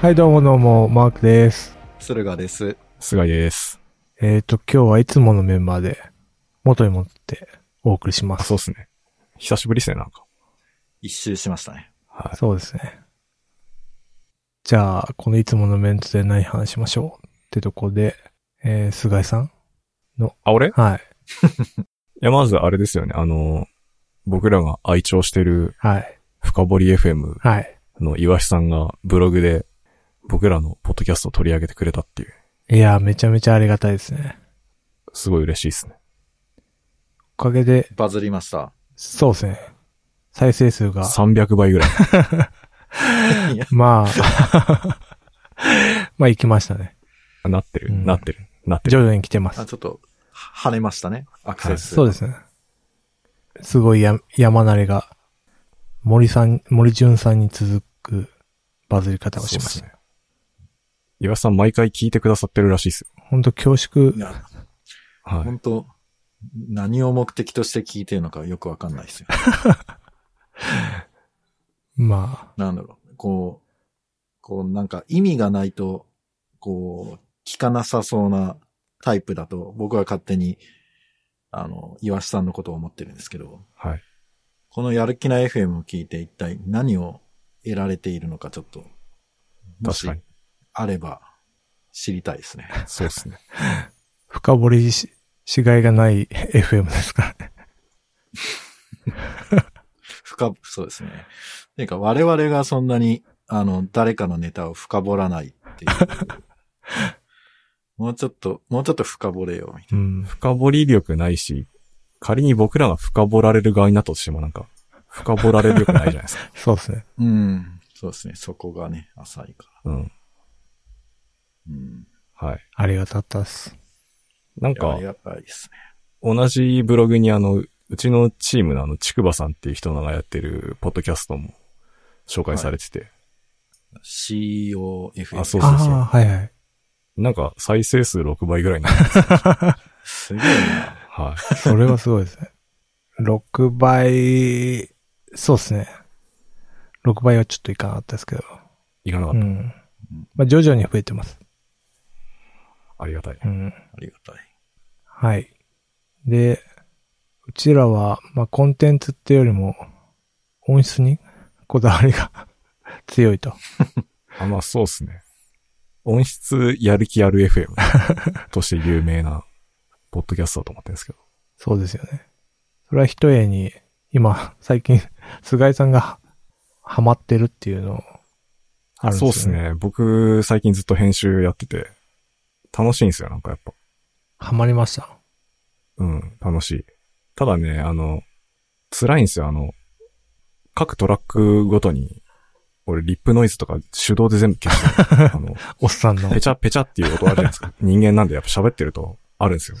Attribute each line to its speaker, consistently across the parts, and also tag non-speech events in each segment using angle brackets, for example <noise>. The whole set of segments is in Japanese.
Speaker 1: はい、どうもどうも、マークです。
Speaker 2: 駿河です。
Speaker 3: 菅井です。
Speaker 1: えっ、ー、と、今日はいつものメンバーで、元に戻ってお送りしま
Speaker 3: あ、
Speaker 1: す。
Speaker 3: そうっすね。久しぶりっすね、なんか。
Speaker 2: 一周しましたね。
Speaker 3: はい。
Speaker 1: そうですね。じゃあ、このいつものメンツで何話しましょうってとこで、えー、菅井さん
Speaker 3: あ、俺い
Speaker 1: はい、
Speaker 3: や、まずあれですよね。あの、僕らが愛聴してる
Speaker 1: はい、
Speaker 3: 深掘り FM
Speaker 1: はい。
Speaker 3: の岩下さんがブログで僕らのポッドキャストを取り上げてくれたっていう、
Speaker 1: いやー、めちゃめちゃありがたいですね。
Speaker 3: すごい嬉しいっすね。
Speaker 1: おかげで、
Speaker 2: バズりました。そう
Speaker 1: そうですね。再生数が、
Speaker 3: 300倍ぐらい。
Speaker 1: まあ、 <laughs> まあ、行きましたね。
Speaker 3: あなってる、
Speaker 1: うん
Speaker 3: なってる、なってる。
Speaker 1: 徐々に来てます
Speaker 2: あ、。ちょっと、は跳ねましたね。アクセス。
Speaker 1: そうですね。すごいや山慣れが、森さん、森淳さんに続くバズり方をしまし
Speaker 3: そ
Speaker 1: た。
Speaker 3: うっすね岩下さん毎回聞いてくださってるらしいっすよ。
Speaker 1: ほんと恐縮
Speaker 2: い、や、
Speaker 3: はい。
Speaker 2: 本当何を目的として聞いてるのかよくわかんないですよ。
Speaker 1: ま
Speaker 2: なんだろう。こう、こう、なんか意味がないと、こう、聞かなさそうなタイプだと、僕は勝手に、あの、岩下さんのことを思ってるんですけど、
Speaker 3: はい。
Speaker 2: このやる気な FM を聞いて一体何を得られているのかちょっと、も
Speaker 3: 確
Speaker 2: し
Speaker 3: かに。
Speaker 2: あれば知りたいですね。 <laughs>
Speaker 3: そうっすね。
Speaker 1: あ、深掘りし、しがいがない <laughs> FM ですからね。
Speaker 2: 深、そうですね。ていうか、我々がそんなに、あの、誰かのネタを深掘らないっていう。 <laughs> もうちょっと、もうちょっと深掘れよ、みたい
Speaker 1: うん。
Speaker 3: 深掘り力ないし、仮に僕らが深掘られる側になったとしてもなんか、深掘られる力ないじゃないですか。
Speaker 1: そうですね。
Speaker 2: な。うん。そうですね。そこがね、浅いから。
Speaker 3: うん。
Speaker 2: うん。
Speaker 3: はい。
Speaker 1: ありがたかったっす。
Speaker 3: なん
Speaker 2: いやあ
Speaker 3: か
Speaker 2: り、がたいですね。
Speaker 3: 同じブログにあの、うちのチームのあの、ちくばさんっていう人がやってるポッドキャストも紹介されてて、
Speaker 2: COFM。
Speaker 3: あそ
Speaker 1: あ
Speaker 3: うそうそう
Speaker 1: あー、はいはい。
Speaker 3: なんか再生数6
Speaker 1: <laughs>
Speaker 3: 倍ぐらいになる。
Speaker 2: すげえな。
Speaker 3: は
Speaker 1: それはすごいですね。6倍、そうですね。6倍はちょっといかなかったですけど。
Speaker 3: い。いかなか
Speaker 1: う
Speaker 3: った。
Speaker 1: ん。まあ、徐々に増えてます。
Speaker 3: ありがたい。
Speaker 1: うん。
Speaker 2: ありがたい。
Speaker 1: はい。で、うちらは、まあ、コンテンツってよりも、音質にこだわりが <laughs> 強いと。
Speaker 3: あ、まあそうっすね。音質やる気ある
Speaker 1: <laughs>
Speaker 3: FM として有名なポッドキャストだと思ってるんですけど。
Speaker 1: そうですよね。それは一重に、今、最近、菅井さんがはハマってるっていうのを、あるんですよ
Speaker 3: そうっす。ね。僕、最近ずっと編集やってて、楽しいんですよ、なんかやっぱ。
Speaker 1: ハマりました。
Speaker 3: うん、楽しい。ただね、あの、辛いんですよ、あの、各トラックごとに、俺、リップノイズとか手動で全部消して <laughs> るあの、
Speaker 1: おっさんの
Speaker 3: ペ。チャペチャっていう音あるじゃないです <laughs> か。人間なんでやっぱ喋ってるとあるんですよ。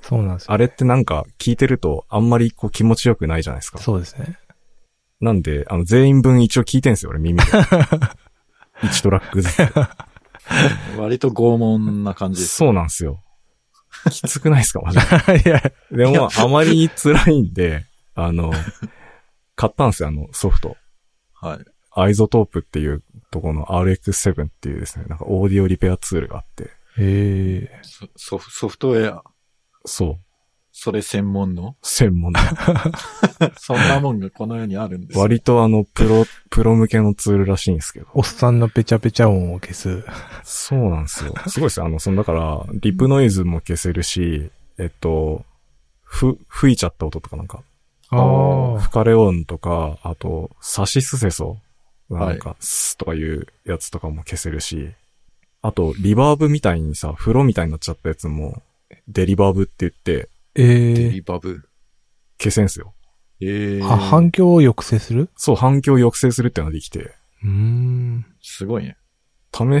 Speaker 1: そうなんですよ。
Speaker 3: あれってなんか聞いてるとあんまりこう気持ちよくないじゃないですか。
Speaker 1: そうですね。
Speaker 3: なんで、あの、全員分一応聞いてんですよ、俺 <laughs> 耳で。1トラックずつ。
Speaker 2: 割と拷問な感じです。
Speaker 3: そうなんですよ。きつくない <laughs> ですか、マジで。
Speaker 1: いや、
Speaker 3: でも、あまりに辛いんで、あの、買ったんですよ、あの、ソフト。
Speaker 2: はい。
Speaker 3: アイゾトープっていうところの RX7 っていうですね、なんかオーディオリペアツールがあって、
Speaker 1: ええ
Speaker 2: ソソフソフトウェア、
Speaker 3: そう、
Speaker 2: それ専門の
Speaker 3: 専 <laughs> 門の。
Speaker 2: そんなもんがこの世にあるんですよ。
Speaker 3: 割とあの、プロ、プロ向けのツールらしいんですけど。
Speaker 1: おっさんのペチャペチャ音を消す。
Speaker 3: そうなんですよ。すごいですよ。あの、その、だから、リップノイズも消せるし、えっと、ふ、吹いちゃった音とかなんか、
Speaker 1: あ
Speaker 2: ー
Speaker 3: 吹かれ音とか、あと、サシスセソなんか、スとかいうやつとかも消せるし、あと、リバーブみたいにさ、風呂みたいになっちゃったやつも、デリバーブって言って、
Speaker 1: ええ
Speaker 2: リバブ。
Speaker 3: 消せんすよ。
Speaker 2: ええ
Speaker 1: あ、反響を抑制する
Speaker 3: そう、反響を抑制するっていうのができて、
Speaker 1: うーん。
Speaker 2: すごいね。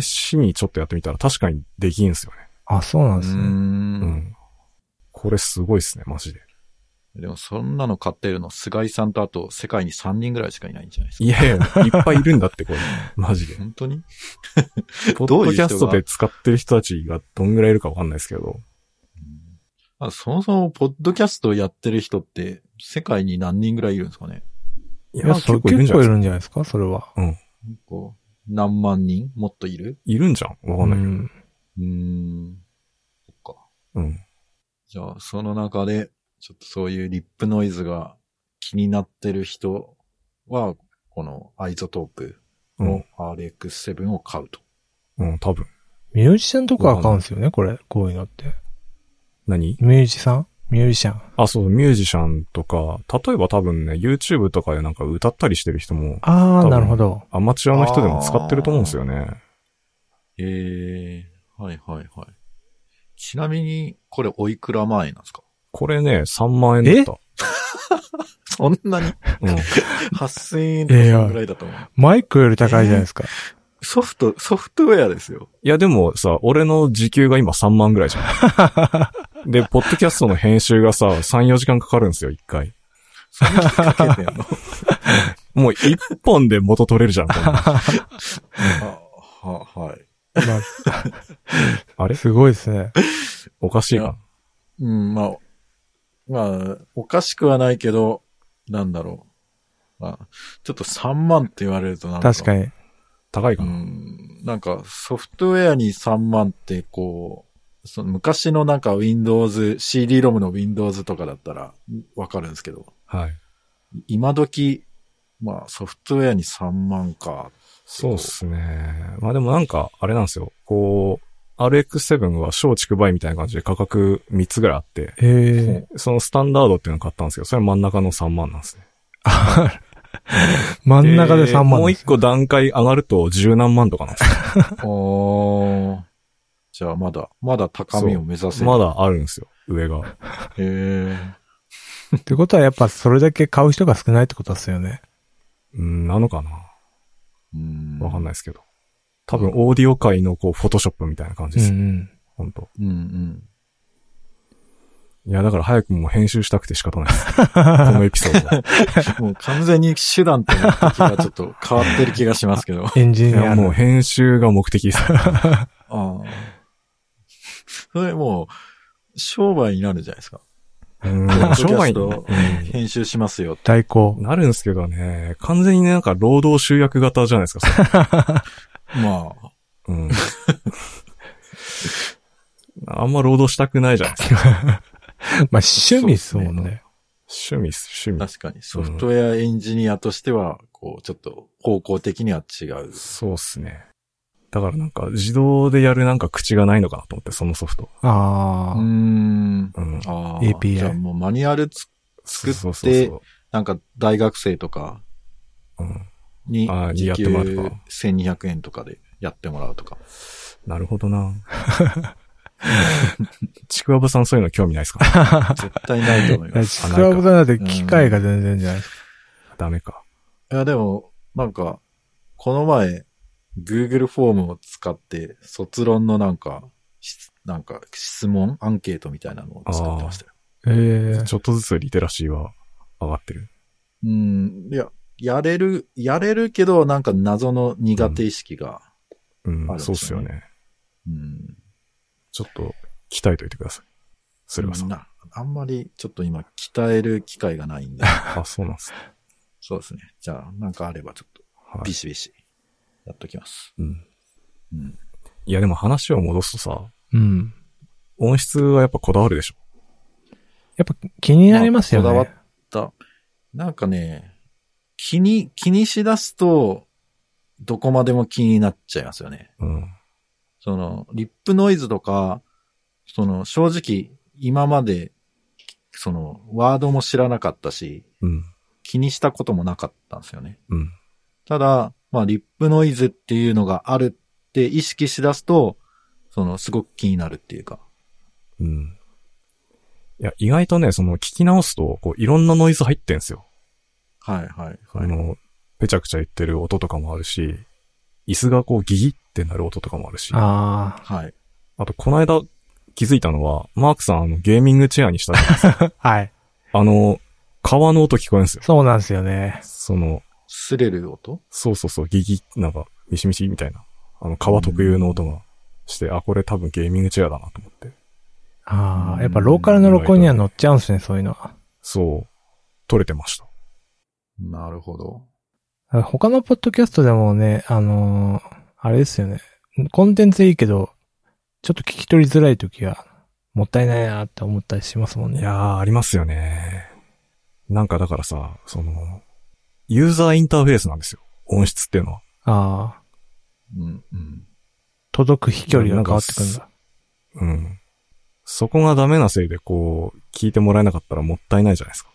Speaker 3: 試しにちょっとやってみたら確かにできんすよね。
Speaker 1: あ、そうなん
Speaker 2: う
Speaker 1: ですね。
Speaker 3: うん。
Speaker 2: ん。
Speaker 3: これすごいっすね、マジで。
Speaker 2: でもそんなの買ってるの、菅井さんとあと世界に3人ぐらいしかいないんじゃないですか。
Speaker 3: いやいや、いっぱいいるんだって、これ。マジで。
Speaker 2: 本当に
Speaker 3: ポッ
Speaker 2: どう
Speaker 3: ド
Speaker 2: いう
Speaker 3: キ
Speaker 2: 人が
Speaker 3: ャストで使ってる人たちがどんぐらいいるかわかんないですけど、
Speaker 2: あそもそも、ポッドキャストをやってる人って、世界に何人ぐらいいるんですかね
Speaker 3: い
Speaker 1: いや、それ結構いるんじゃないですかそれは。
Speaker 2: こう何万人もっといる
Speaker 3: いるんじゃんわかんないけ
Speaker 1: うん
Speaker 2: うーん。そっか。
Speaker 3: ど。うん。
Speaker 2: じゃあ、その中で、ちょっとそういうリップノイズが気になってる人は、このアイゾトープ
Speaker 3: うん
Speaker 2: の。RX7 を買うと。
Speaker 3: うん、多分。
Speaker 1: ミュージシャンとかは買うんですよね、これ。こういうのって。
Speaker 3: 何
Speaker 1: ミュージシャンミュージシャン。
Speaker 3: あ、そう、ミュージシャンとか、例えば多分ね、YouTube とかでなんか歌ったりしてる人も、
Speaker 1: あ
Speaker 3: 多
Speaker 1: ー、
Speaker 3: 分
Speaker 1: なるほど。
Speaker 3: アマチュアの人でも使ってると思うんですよね。
Speaker 2: ええはいはいはい。ちなみに、これおいくら前なんですか
Speaker 3: これね、3万円だった。
Speaker 2: そんなに <laughs>
Speaker 3: うん。
Speaker 2: 8000円とかそのぐらいだと思う。
Speaker 1: マイクより高いじゃないですか。
Speaker 2: ソフト、ソフトウェアですよ。
Speaker 3: いや、でもさ、俺の時給が今3万ぐらいじゃん。で、ポッドキャストの編集がさ、3、4時間かかるんですよ、1回。
Speaker 2: そんなにかけてん <laughs> の
Speaker 3: もう1本で元取れるじゃん、こんなの
Speaker 2: あは、はい。
Speaker 3: あ
Speaker 1: まあ、
Speaker 3: れ
Speaker 1: すごいですね。
Speaker 3: おかしいか
Speaker 2: うん、まあ、まあ、おかしくはないけど、なんだろう。まあ、ちょっと3万って言われるとなんか。
Speaker 1: 確かに。
Speaker 3: 高いか
Speaker 2: う
Speaker 3: な、
Speaker 2: ん、なんかソフトウェアに3万ってこう、その昔のなんか Windows、CD-ROM の Windows とかだったらわかるんですけど、
Speaker 3: はい。
Speaker 2: 今時、まあソフトウェアに3万か。
Speaker 3: そうっすね。まあでもなんか、あれなんですよ。こう、RX7 は小畜梅みたいな感じで価格3つぐらいあって、
Speaker 1: えー、
Speaker 3: そのスタンダードっていうのを買ったんですけど、それ真ん中の3万なんですね。
Speaker 1: <laughs> 真ん中で3万
Speaker 3: もう
Speaker 1: で
Speaker 3: 一
Speaker 1: す。
Speaker 3: 個段階上がると十何万とかなんです
Speaker 2: おーじゃあまだ、まだ高みを目指せ
Speaker 3: よ。
Speaker 2: る。
Speaker 3: ま。だあるんですよ、上が。
Speaker 2: へえ。
Speaker 1: ってことはやっぱそれだけ買う人が少ないってことですよね。
Speaker 3: うん、なのかな
Speaker 2: うん。
Speaker 3: わかんないですけど。多分、オーディオ界の、こう、フォトショップみたいな感じ
Speaker 1: う
Speaker 3: です。
Speaker 1: ん
Speaker 3: ほんと。
Speaker 2: うんうん。
Speaker 3: いや、だから早くもう編集したくて仕
Speaker 1: <laughs>
Speaker 3: 方ないです。このエピソードは。
Speaker 2: もう完全に手段と目的がちょっと変わってる気がしますけど。
Speaker 1: うん。エンジ
Speaker 3: い
Speaker 1: ニ
Speaker 3: や、
Speaker 1: ア
Speaker 3: もう
Speaker 1: の。
Speaker 3: 編集が目的です。
Speaker 1: <laughs>
Speaker 2: ああ。それもう、商売になるじゃないですか。
Speaker 3: うん
Speaker 2: ポッ、ドキャスト
Speaker 3: 商売にね、うん
Speaker 2: <laughs> 編集しますよ。
Speaker 1: 代行。
Speaker 3: なるんですけどね、完全にね、なんか労働集約型じゃないですか、
Speaker 2: <laughs>
Speaker 3: それ
Speaker 2: まあ、
Speaker 3: うん。あんま労働したくないじゃないですか。
Speaker 1: まあ趣味っすもんね。
Speaker 3: 趣味っす、趣味。
Speaker 2: 確かにソフトウェアエンジニアとしては、こう、ちょっと方向的には違う。
Speaker 3: そうっすね。だからなんか、自動でやるなんか口がないのかなと思って、そのソフト。
Speaker 2: う
Speaker 1: ああ、
Speaker 2: ーん。
Speaker 3: うん。
Speaker 2: ああ。
Speaker 1: API
Speaker 2: じゃあもうマニュアルつ、
Speaker 3: そうそう
Speaker 2: 作っ
Speaker 3: そ
Speaker 2: て
Speaker 3: う。
Speaker 2: なんか大学生とか
Speaker 3: うん。
Speaker 2: に
Speaker 3: ああ、
Speaker 2: 時
Speaker 3: やって
Speaker 2: 給
Speaker 3: もらうとか
Speaker 2: 1200円とかでやってもらうとか。 <laughs>
Speaker 3: なるほどな。 <laughs> ちくわぶさんそういうの興味ないですか
Speaker 2: 絶対ないと思い
Speaker 1: いや
Speaker 2: ます。
Speaker 3: <laughs>
Speaker 1: ちくわぶさんだって機械が全然じゃないですか。
Speaker 3: ダメか。
Speaker 2: いや、でも、なんか、この前、Google フォームを使って、卒論のなんか、しなんか、質問、アンケートみたいなのを使ってましたよ。
Speaker 1: ええ
Speaker 3: ちょっとずつリテラシーは上がってる。
Speaker 2: うん。いや、やれる、やれるけど、なんか謎の苦手意識が。
Speaker 3: うん
Speaker 2: あ、るん
Speaker 3: そ
Speaker 2: で
Speaker 3: うっ
Speaker 2: す
Speaker 3: す
Speaker 2: よ
Speaker 3: よ
Speaker 2: ね
Speaker 3: ね。
Speaker 2: うん。
Speaker 3: ちょっと、鍛えといてください。それはさ。
Speaker 2: なあんまり、ちょっと今、鍛える機会がないんで。
Speaker 3: あ、そうなんすね。
Speaker 2: そうですね。じゃあ、なんかあれば、ちょっと、
Speaker 3: は
Speaker 2: ビ
Speaker 3: い。
Speaker 2: シビシ、やっときます。
Speaker 3: うん。
Speaker 2: うん。
Speaker 3: いや、でも話を戻すとさ、
Speaker 1: うん。
Speaker 3: 音質はやっぱこだわるでしょ。
Speaker 1: やっぱ気になりますよね。
Speaker 2: まあこだわだ、なんかね、気に、気にしだすと、どこまでも気になっちゃいますよね。
Speaker 3: うん。
Speaker 2: その、リップノイズとか、その、正直、今まで、その、ワードも知らなかったし、
Speaker 3: うん。
Speaker 2: 気にしたこともなかったんですよね。
Speaker 3: うん。
Speaker 2: ただ、まあ、リップノイズっていうのがあるって意識しだすと、その、すごく気になるっていうか。
Speaker 3: うん。いや、意外とね、その聞き直すと、こう、いろんなノイズ入ってんすよ。
Speaker 2: はいはい
Speaker 3: あ
Speaker 2: はい。
Speaker 3: の、ぺちゃくちゃ言ってる音とかもあるし、椅子がこうギギってなる音とかもあるし。
Speaker 1: あ
Speaker 2: はい。
Speaker 3: あと、この間気づいたのは、マークさん、あの、ゲーミングチェアにしたじゃないですか。
Speaker 1: あ、はい。
Speaker 3: <laughs> あの、川の音聞こえるんですよ。
Speaker 1: そうなんですよね。
Speaker 3: その、
Speaker 2: 擦れる音
Speaker 3: そうそうそう、ギギ、なんか、ミシミシみたいな。あの、川特有の音がして、あ、これ多分ゲーミングチェアだなと思って。
Speaker 1: ああ、やっぱローカルの録音には乗っちゃうんですね、そういうのは。
Speaker 3: そう、撮れてました。
Speaker 2: なるほど。
Speaker 1: あ他のポッドキャストでもね、あのーあれですよね。コンテンツいいけど、ちょっと聞き取りづらい時は、もったいないなって思ったりしますもんね。
Speaker 3: いやー、ありますよね。なんかだからさ、その、ユーザーインターフェースなんですよ。音質っていうのは。
Speaker 1: ああ、
Speaker 2: うん、うん。
Speaker 1: 届く飛距離が変わってくるん
Speaker 3: なん
Speaker 1: だ。
Speaker 3: うん。そこがダメなせいで、こう、聞いてもらえなかったらもったいないじゃないですか。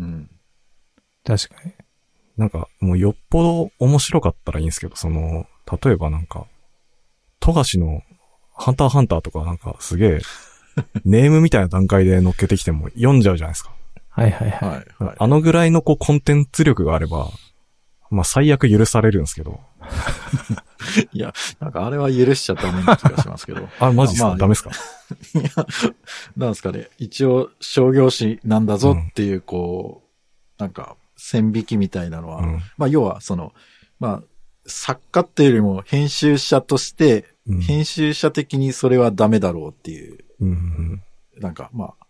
Speaker 2: うん。
Speaker 1: 確かに。
Speaker 3: なんか、もうよっぽど面白かったらいいんですけど、その、例えばなんか、富樫のハンターハンターとかなんかすげえ、ネームみたいな段階で乗っけてきても読んじゃうじゃないですか。
Speaker 1: はいはいはい。
Speaker 2: はい、はい。
Speaker 3: あのぐらいのこうコンテンツ力があれば、まあ最悪許されるんですけど。
Speaker 2: いや、なんかあれは許しちゃダメな気がしますけど。
Speaker 3: あ、マジですか、
Speaker 2: まあ
Speaker 3: ダメですか
Speaker 2: いや、 <laughs> なんですかね。一応、商業誌なんだぞっていう、こう、なんか、線引きみたいなのは、
Speaker 3: うん
Speaker 2: まあ、要は、その、まあ、作家っていうよりも、編集者として、
Speaker 3: うん。
Speaker 2: 編集者的にそれはダメだろうっていう、
Speaker 3: うんうん。
Speaker 2: なんか、まあ、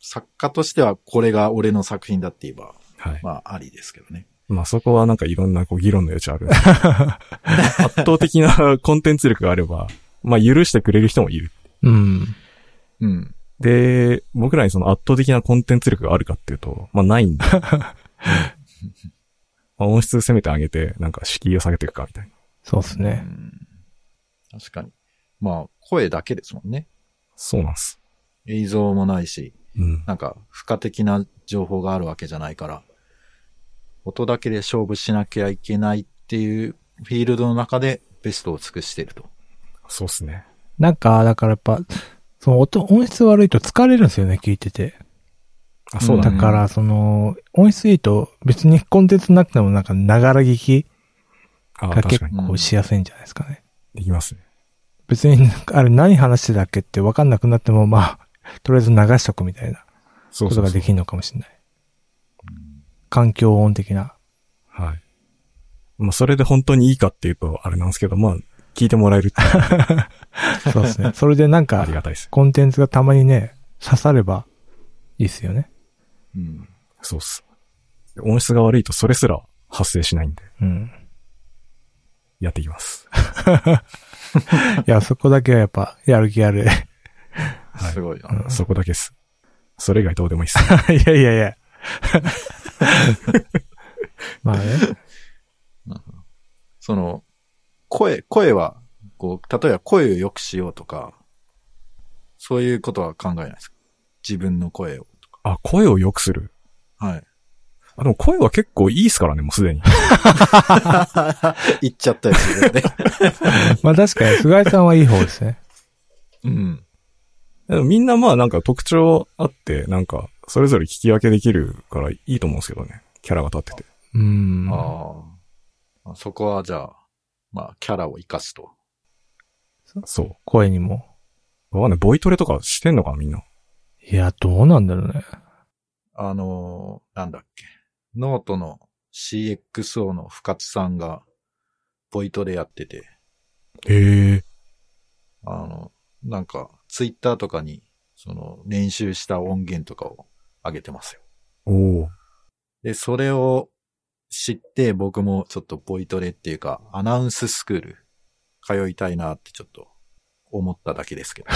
Speaker 2: 作家としてはこれが俺の作品だって言えば、
Speaker 3: はい。
Speaker 2: まあ、ありですけどね。
Speaker 3: まあそこはなんかいろんなこう議論の余地あるんですけど。圧倒的なコンテンツ力があれば、まあ許してくれる人もいる。
Speaker 1: うん。
Speaker 2: うん。
Speaker 3: で、僕らにその圧倒的なコンテンツ力があるかっていうと、まあないんで。まあ音質攻めてあげて、なんか敷居を下げていくかみたいな。
Speaker 1: そうです
Speaker 2: う
Speaker 1: ね。
Speaker 2: ん、確かに。まあ、声だけですもんね。
Speaker 3: そうなんです。
Speaker 2: 映像もないし、
Speaker 3: うん。
Speaker 2: なんか、付加的な情報があるわけじゃないから、音だけで勝負しなきゃいけないっていうフィールドの中でベストを尽くしてると。
Speaker 3: そうっすね。
Speaker 1: なんか、だからやっぱ、その音、音質悪いと疲れるんですよね、聞いてて。
Speaker 3: あ、そうだ
Speaker 1: だ
Speaker 3: ね。
Speaker 1: から、その、音質いいと、別にコンテンツなくてもなんか、ながら聞き
Speaker 3: あ、
Speaker 1: が
Speaker 3: 確
Speaker 1: 結
Speaker 3: かに。
Speaker 1: 構しやすいんじゃないですかね。
Speaker 3: できますね。
Speaker 1: 別に、あれ何話してたっけって分かんなくなっても、まあ、 <laughs> とりあえず流しとくみたいな
Speaker 3: そう
Speaker 1: こ
Speaker 3: そ
Speaker 1: と
Speaker 3: う
Speaker 1: が
Speaker 3: そう
Speaker 1: できるのかもしれない。環境音的な。
Speaker 3: はい。まあそれで本当にいいかっていうと、あれなんですけど、まあ、聞いてもらえるって
Speaker 1: そうですね。 <laughs> それでなん
Speaker 3: あ
Speaker 1: か
Speaker 3: り、がた
Speaker 1: <laughs>
Speaker 3: いです。
Speaker 1: コンテンツがたまにね、刺さればいいっすよね。
Speaker 2: うん。
Speaker 3: そうっす。音質が悪いとそれすら発生しないんで、
Speaker 1: うん。
Speaker 3: やっていきます。
Speaker 1: いや、そこだけはやっぱ、やる気ある。い <laughs>
Speaker 3: い
Speaker 2: すごいな。
Speaker 3: そこだけっす。それ以外どうでもいいっす。
Speaker 1: やいやい <laughs> や。まあね。
Speaker 2: その、声、声は、こう、例えば声を良くしようとか、そういうことは考えないですか自分の声を。
Speaker 3: あ、声を良くする。
Speaker 1: <laughs>
Speaker 2: はい。
Speaker 3: あ、でも声は結構いいっすからね、もうすでに。
Speaker 2: 言っちゃったりするよね。
Speaker 1: <laughs> まあ確かに、菅井さんはいい方ですね。
Speaker 2: うん。
Speaker 3: でもみんなまあなんか特徴あって、なんか、それぞれ聞き分けできるからいいと思うんですけどね。キャラが立ってて。
Speaker 1: うん。
Speaker 2: ああ。そこはじゃあ、まあ、キャラを生かすと。
Speaker 3: そ
Speaker 1: 声にも。
Speaker 3: う。わかんない。ボイトレとかしてんのかな、みんな。
Speaker 1: いや、どうなんだろうね。
Speaker 2: あのーなんだっけ。ノートの CXO の深津さんが、ボイトレやってて、
Speaker 3: へえ。
Speaker 2: あの、なんか、ツイッターとかに、その、練習した音源とかを上げてますよ。
Speaker 3: おお。
Speaker 2: で、それを知って、僕もちょっとボイトレっていうか、アナウンススクール、通いたいなってちょっと、思っただけですけど。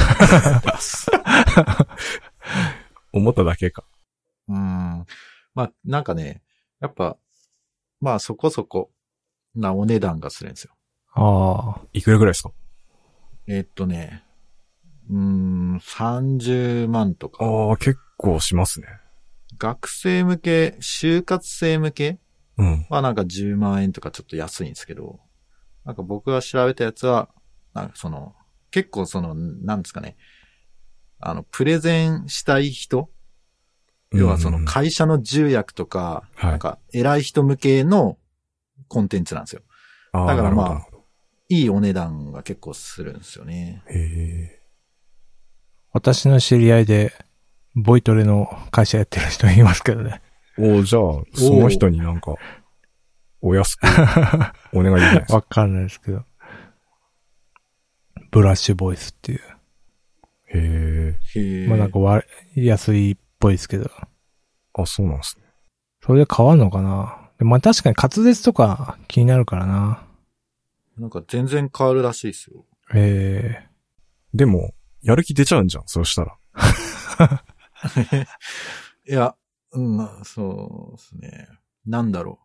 Speaker 3: 思っただけか。
Speaker 2: うーん。まあ、なんかね、やっぱ、まあ、そこそこ、なお値段がするんですよ。
Speaker 1: ああ。
Speaker 3: いくらぐらいですか
Speaker 2: えっとね、うーん、30万とか。
Speaker 3: ああ、結構しますね。
Speaker 2: 学生向け、就活生向け
Speaker 3: うん。
Speaker 2: はなんか10万円とかちょっと安いんですけど、なんか僕が調べたやつは、なんかその、結構その、なんですかね、あの、プレゼンしたい人要はそ
Speaker 3: うん
Speaker 2: の
Speaker 3: うんうん
Speaker 2: 会社の重役とか、
Speaker 3: はい
Speaker 2: なんか偉い人向けのコンテンツなんですよ。
Speaker 3: あー
Speaker 2: だからまあ
Speaker 3: なるほど
Speaker 2: いいお値段が結構するんですよね。
Speaker 3: へえ。
Speaker 1: 私の知り合いで、ボイトレの会社やってる人いますけどね。
Speaker 3: おーじゃあ、その人になんか、お安 <laughs> く、お願いできないですか
Speaker 1: わかんないですけど。ブラッシュボイスっていう。
Speaker 3: へえ。
Speaker 2: へえ。
Speaker 1: まあなんか割れ安いっぽいですけど。
Speaker 3: あ、そうなんですね。
Speaker 1: それで変わんのかなでまあ確かに滑舌とか気になるからな。
Speaker 2: なんか全然変わるらしいですよ。
Speaker 1: ええ
Speaker 3: でも、やる気出ちゃうんじゃん、そうしたら。
Speaker 2: いや、うん、そうですね。なんだろ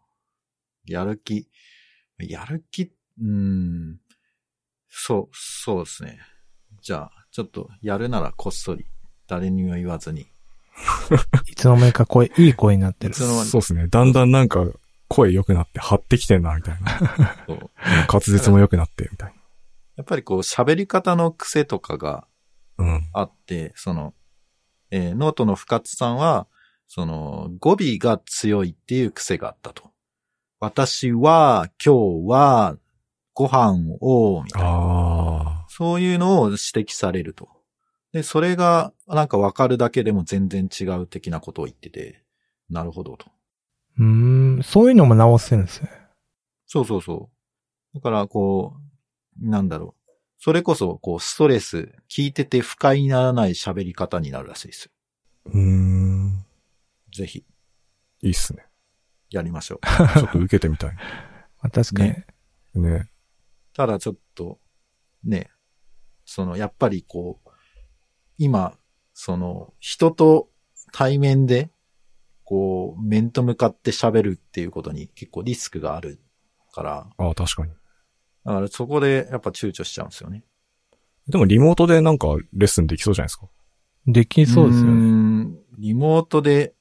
Speaker 2: う。やる気。やる気、うん。そう、そうですね。じゃあ、ちょっと、やるならこっそり。誰にも言わずに。
Speaker 1: いつの間にか声、いい声になってる
Speaker 2: いつ。の間に
Speaker 3: そうですね。だんだんなんか、声良くなって、張ってきてんな、みたい <laughs> な。
Speaker 2: そう
Speaker 3: 滑舌も良くなって、みたい
Speaker 2: やっぱりこう、喋り方の癖とかが
Speaker 3: な。うん。
Speaker 2: あって、その、えーノートの深津さんは、その、語尾が強いっていう癖があったと。私は、今日は、ご飯を、みたいな。
Speaker 3: あ
Speaker 2: そういうのを指摘されると。で、それが、なんかわかるだけでも全然違う的なことを言ってて、なるほどと。
Speaker 1: うーん、そういうのも直せるんですね。
Speaker 2: そうそうそう。だから、こう、なんだろう。それこそ、こう、ストレス、聞いてて不快にならない喋り方になるらしいですよ。
Speaker 3: ー。うーん。
Speaker 2: ぜひ、
Speaker 3: いいっすね。
Speaker 2: やりましょう。
Speaker 3: ちょっと受けてみ <laughs> たい。
Speaker 1: まあ確かに。
Speaker 3: ね。
Speaker 2: ただちょっと、ね、その、やっぱりこう、今、その、人と対面で、こう、面と向かって喋るっていうことに結構リスクがあるから、
Speaker 3: ああ、確かに。
Speaker 2: だからそこでやっぱ躊躇しちゃうんですよね。
Speaker 3: でもリモートでなんかレッスンできそうじゃないですか。
Speaker 1: できそうですよね。
Speaker 2: ね。リモートで、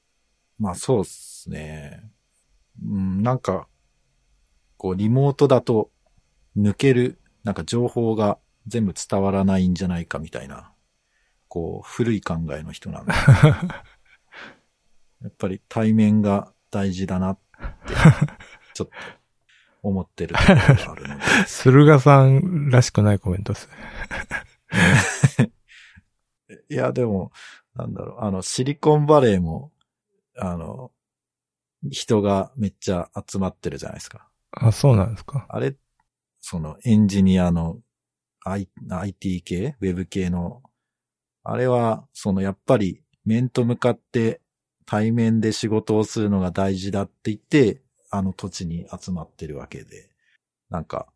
Speaker 2: まあそうっすね。うん、なんか、こう、リモートだと抜ける、なんか情報が全部伝わらないんじゃないかみたいな、こう、古い考えの人なんで。やっぱり対面が大事だなって、ちょっと思ってるところがあるので。
Speaker 1: 駿河さんらしくないコメントですね。
Speaker 2: いや、でも、なんだろう、あの、シリコンバレーも、あの、人がめっちゃ集まってるじゃないですか。
Speaker 1: あ、そうなんですか。
Speaker 2: あれ、その、エンジニアの、I、IT 系ウェブ系の、あれは、その、やっぱり、面と向かって、対面で仕事をするのが大事だって言って、あの土地に集まってるわけで、なんか、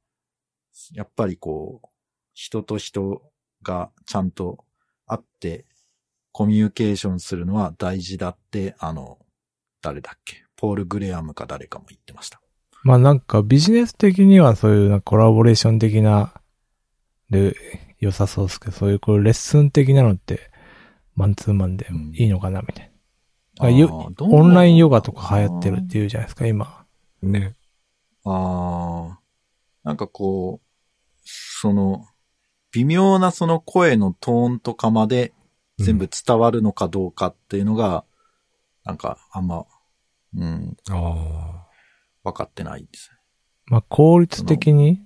Speaker 2: やっぱりこう、人と人がちゃんと会って、コミュニケーションするのは大事だって、あの、誰だっけポール・グレアムか誰かも言ってました。
Speaker 1: まあなんかビジネス的にはそういうなんかコラボレーション的なで良さそうですけど、そういうこうレッスン的なのってマンツーマンでいいのかなみたいな。
Speaker 2: あ
Speaker 1: よ
Speaker 2: ーどんな
Speaker 1: オンラインヨガとか流行ってるっていうじゃないですか、今。
Speaker 3: ね。
Speaker 2: ああ、なんかこう、その、微妙なその声のトーンとかまで全部伝わるのかどうかっていうのが、なんかあんま、うん、
Speaker 3: あ
Speaker 2: 分かってないです。
Speaker 1: まあ効率的に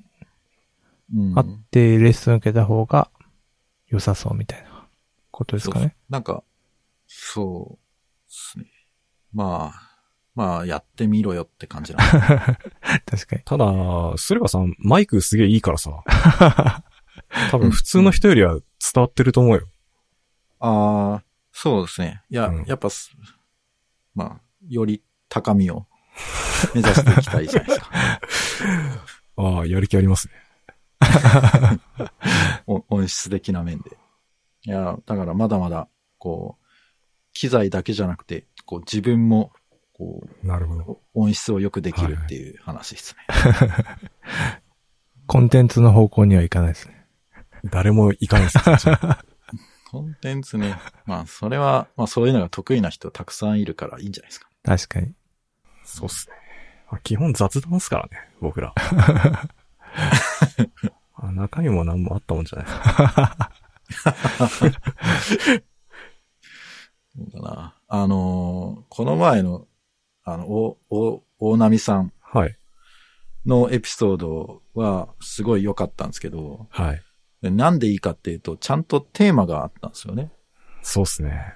Speaker 2: うん、
Speaker 1: あってレッスン受けた方が良さそうみたいなことですかね。
Speaker 2: なんか、そうですね。まあ、まあ、やってみろよって感じなんで
Speaker 1: 確かに
Speaker 3: あ。。ただ、駿河さん、マイクすげえいいか
Speaker 2: <laughs>
Speaker 3: らさ。多分普通の人よりは伝わってると思うよ。
Speaker 2: ああ、そうですね。いや、
Speaker 3: うん
Speaker 2: やっぱす、まあ、より高みを <laughs> 目指していきたいじゃないですか。
Speaker 3: ああ、やる気ありますね。
Speaker 2: お音質的な面で。いや、だからまだまだ、こう、機材だけじゃなくて、こう自分も、こ
Speaker 3: なるほど。
Speaker 2: う、音質をよくできるっていう話ですね。
Speaker 1: コンテンツの方向にはいかないですね。
Speaker 3: 誰も行かないです
Speaker 2: <laughs>
Speaker 3: よ。そっち
Speaker 2: コンテンツね。まあ、それは、まあそういうのが得意な人たくさんいるからいいんじゃないですか。
Speaker 1: 確かに。
Speaker 3: そうっすね。まあ基本雑談っすからね、
Speaker 2: <laughs>
Speaker 3: 僕ら。あ中身も何もあったもんじゃないですか。
Speaker 2: そうだな。あのーこの前の、あの、お、お、大波さん
Speaker 3: はい。
Speaker 2: のエピソードは、すごい良かったんですけど、
Speaker 3: はい。
Speaker 2: でなんでいいかっていうと、ちゃんとテーマがあったんですよね。
Speaker 3: そうっすね。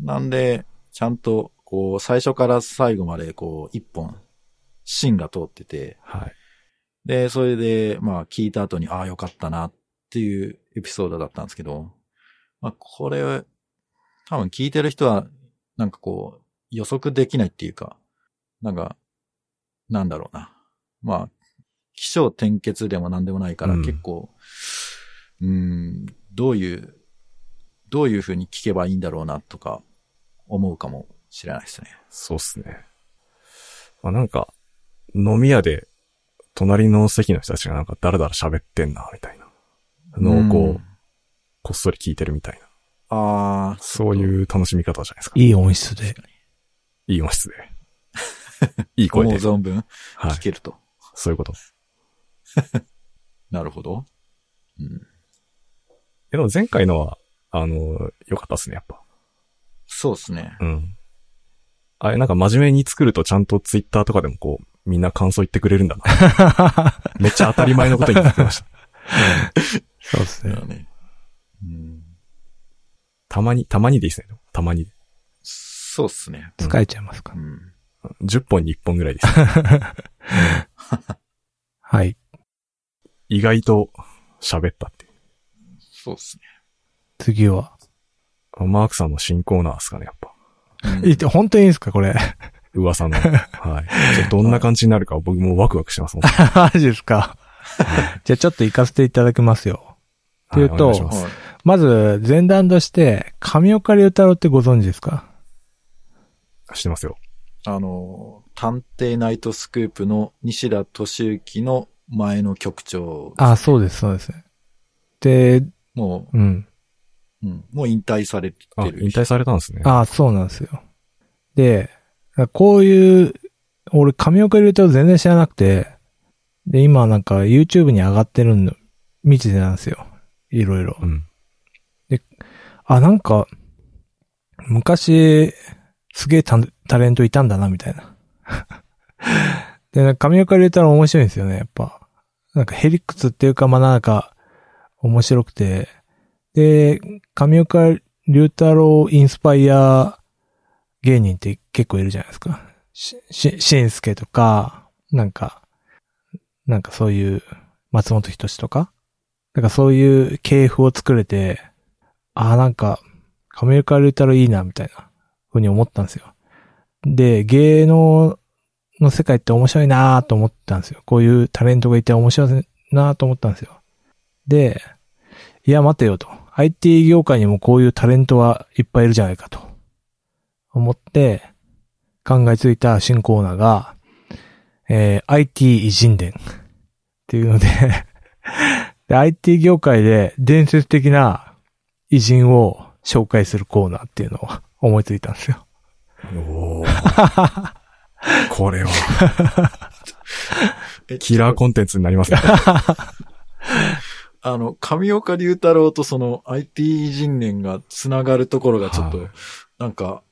Speaker 2: なんで、ちゃんと、こう、最初から最後まで、こう、一本、芯が通ってて、
Speaker 3: はい。
Speaker 2: で、それで、まあ、聞いた後に、ああ、よかったな、っていうエピソードだったんですけど、まあ、これ、多分聞いてる人は、なんかこう、予測できないっていうか、なんか、なんだろうな。まあ、気象転結でも何でもないから、
Speaker 3: うん
Speaker 2: 結構、うーん、どういう、どういう風に聞けばいいんだろうなとか、思うかもしれないですね。
Speaker 3: そうっすね。あ、なんか、飲み屋で、隣の席の人たちがなんかダラダラ喋ってんな、みたいな。のをこう、
Speaker 2: うん
Speaker 3: こっそり聞いてるみたいな。
Speaker 2: ああ、
Speaker 3: そういう楽しみ方じゃないですか。
Speaker 1: いい音質で。
Speaker 3: いい
Speaker 1: <laughs>
Speaker 3: 音質で。いい
Speaker 2: 思
Speaker 3: 声
Speaker 2: う
Speaker 3: で。
Speaker 2: 存分
Speaker 3: はい
Speaker 2: 聞。けると。
Speaker 3: そういうこと。
Speaker 2: なるほど。うん、
Speaker 3: えでも前回のは、あの、良かったっすね、やっぱ。
Speaker 2: そうですね。
Speaker 3: うん。あれ、なんか真面目に作るとちゃんとツイッターとかでもこう、みんな感想言ってくれるんだな。
Speaker 1: <laughs>
Speaker 3: めっちゃ当たり前のこと言ってました。 <laughs>
Speaker 1: そうですね
Speaker 2: だ。よねうん、
Speaker 3: たまに、たまにでいいですね。たまに。
Speaker 2: そうっすね。
Speaker 1: 疲れちゃいますか
Speaker 2: う。ん。
Speaker 3: 10本に1本ぐ
Speaker 1: <laughs>
Speaker 3: らいです。
Speaker 1: はい。
Speaker 3: 意外と喋ったっていう
Speaker 2: そうっす
Speaker 1: 次は。
Speaker 3: あマークさんの新コーナーですかね、やっぱ。
Speaker 2: ね。うん
Speaker 1: いって本当にいいんですかこれ。<laughs>
Speaker 3: 噂の。はい。ちょっとどんな感じになるか僕もワクワクしてますも
Speaker 1: <laughs>
Speaker 3: ん。
Speaker 1: マジですか。じゃあちょっと行かせていただきますよ。っていうと
Speaker 3: はいお願いします
Speaker 2: はい
Speaker 1: まず、前段として、神岡龍太郎ってご存知ですか
Speaker 3: してますよ。
Speaker 2: あの、探偵ナイトスクープの西田敏行の前の局長、
Speaker 1: あ、そうです、そうです。で、
Speaker 2: も
Speaker 1: うん。
Speaker 2: う、うん、もう引退されて
Speaker 3: あ、
Speaker 2: る。
Speaker 3: 引退されたんですね。
Speaker 1: あ、そうなんですよ。で、こういう、俺、神岡龍太郎全然知らなくて、で、今なんか YouTube に上がってるの、見てたんですよ。いろいろ
Speaker 3: う。ん。
Speaker 1: あ、なんか、昔、すげえタタレントいたんだな、みたいな。 <laughs> で、なんか神岡龍太郎面白いんですよね、やっぱ。なんかヘリクツっていうか、まあ、なんか、面白くて。で、神岡龍太郎インスパイア芸人って結構いるじゃないですか。し、し、しんすけとか、なんか、なんかそういう、松本人志とか。なんかそういう系譜を作れて、ああ、なんか、カメルカルタロいいな、みたいな、ふうに思ったんですよ。で、芸能の世界って面白いなと思ったんですよ。こういうタレントがいて面白いなと思ったんですよ。で、いや、待てよと。IT 業界にもこういうタレントはいっぱいいるじゃないかと。思って、考えついた新コーナーが、えー IT 偉人伝。っていうので <laughs> で、IT 業界で伝説的な偉人を紹介するコーナーっていうのを思いついたんですよ。
Speaker 3: お <laughs> ーこれは、
Speaker 2: え
Speaker 3: キラーコンテンツになりますね。
Speaker 2: あの、上岡龍太郎とその IT 人念がつながるところがちょっと、
Speaker 3: はい
Speaker 2: なんか、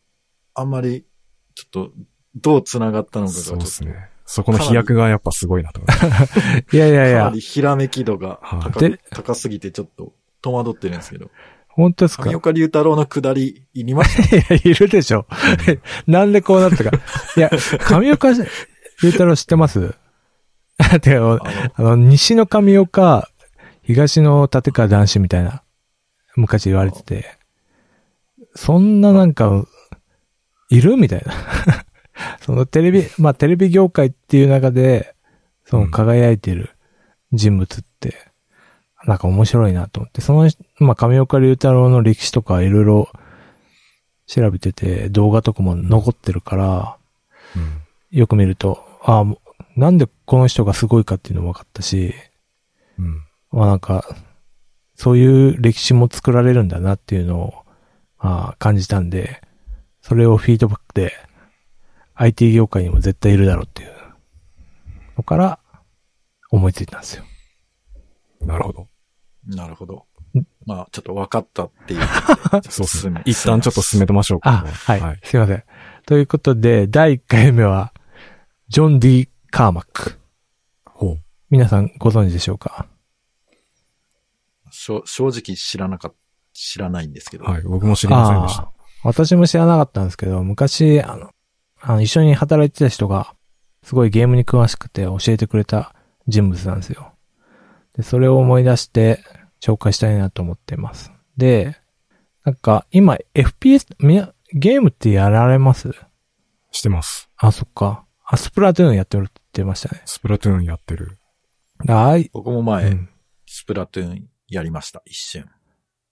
Speaker 2: あんまり、ちょっと、どうつながったのかがち
Speaker 3: <laughs> そ
Speaker 2: ょ
Speaker 3: う
Speaker 2: っ
Speaker 3: で
Speaker 2: と、
Speaker 3: すね。そこの飛躍がやっぱすごいなと思います。
Speaker 1: いやいやい
Speaker 2: かな
Speaker 1: や
Speaker 2: り、ひらめき度が高,、
Speaker 1: はいで
Speaker 2: 高すぎてちょっと戸惑ってるんですけど、
Speaker 1: 本当ですかい
Speaker 2: 上岡龍太郎の下り、いりました
Speaker 1: や、いるでしょ。なんでこうなったか。いや、神岡龍太郎知ってます <laughs> だって、 <laughs> あ
Speaker 2: あ
Speaker 1: の、
Speaker 2: の
Speaker 1: 西の神岡、東の立川男子みたいな、昔言われてて、そんななんか、いるみたいな。 <laughs> そのテレビ、まあテレビ業界っていう中で、その輝いてる人物って、なんか面白いなと思って、その、まあ上岡龍太郎の歴史とかいろいろ調べてて、動画とかも残ってるから、
Speaker 3: うん
Speaker 1: よく見ると、ああ、もうなんでこの人がすごいかっていうのも分かったし、
Speaker 3: うん。
Speaker 1: まあなんか、そういう歴史も作られるんだなっていうのを、まあ感じたんで、それをフィードバックで、IT 業界にも絶対いるだろうっていうのから、思いついたんですよ。
Speaker 3: なるほど。
Speaker 2: なるほど。まあ、ちょっと分かったっていうことで。
Speaker 3: そうです
Speaker 2: 進め
Speaker 3: ね。一旦ちょっと進めてましょうか。
Speaker 1: あ、はい、すいません。ということで、第1回目は、ジョン・ディ・カーマック。
Speaker 3: ほう。
Speaker 1: 皆さんご存知でしょうか
Speaker 2: しょ正直知らなかっ知らないんですけど。
Speaker 3: はい。僕も知りませんでした。
Speaker 1: 私も知らなかったんですけど、昔、あの、あの一緒に働いてた人が、すごいゲームに詳しくて教えてくれた人物なんですよ。で、それを思い出して紹介したいなと思ってます。で、なんか、今、FPS、みなゲームってやられます
Speaker 3: してます。
Speaker 1: あ、そっか。アスプラというのやってるってましたね。
Speaker 3: スプラトゥーンやってる。
Speaker 1: ああい
Speaker 2: 僕も前、
Speaker 3: うん。
Speaker 2: スプラトゥーンやりました、一瞬。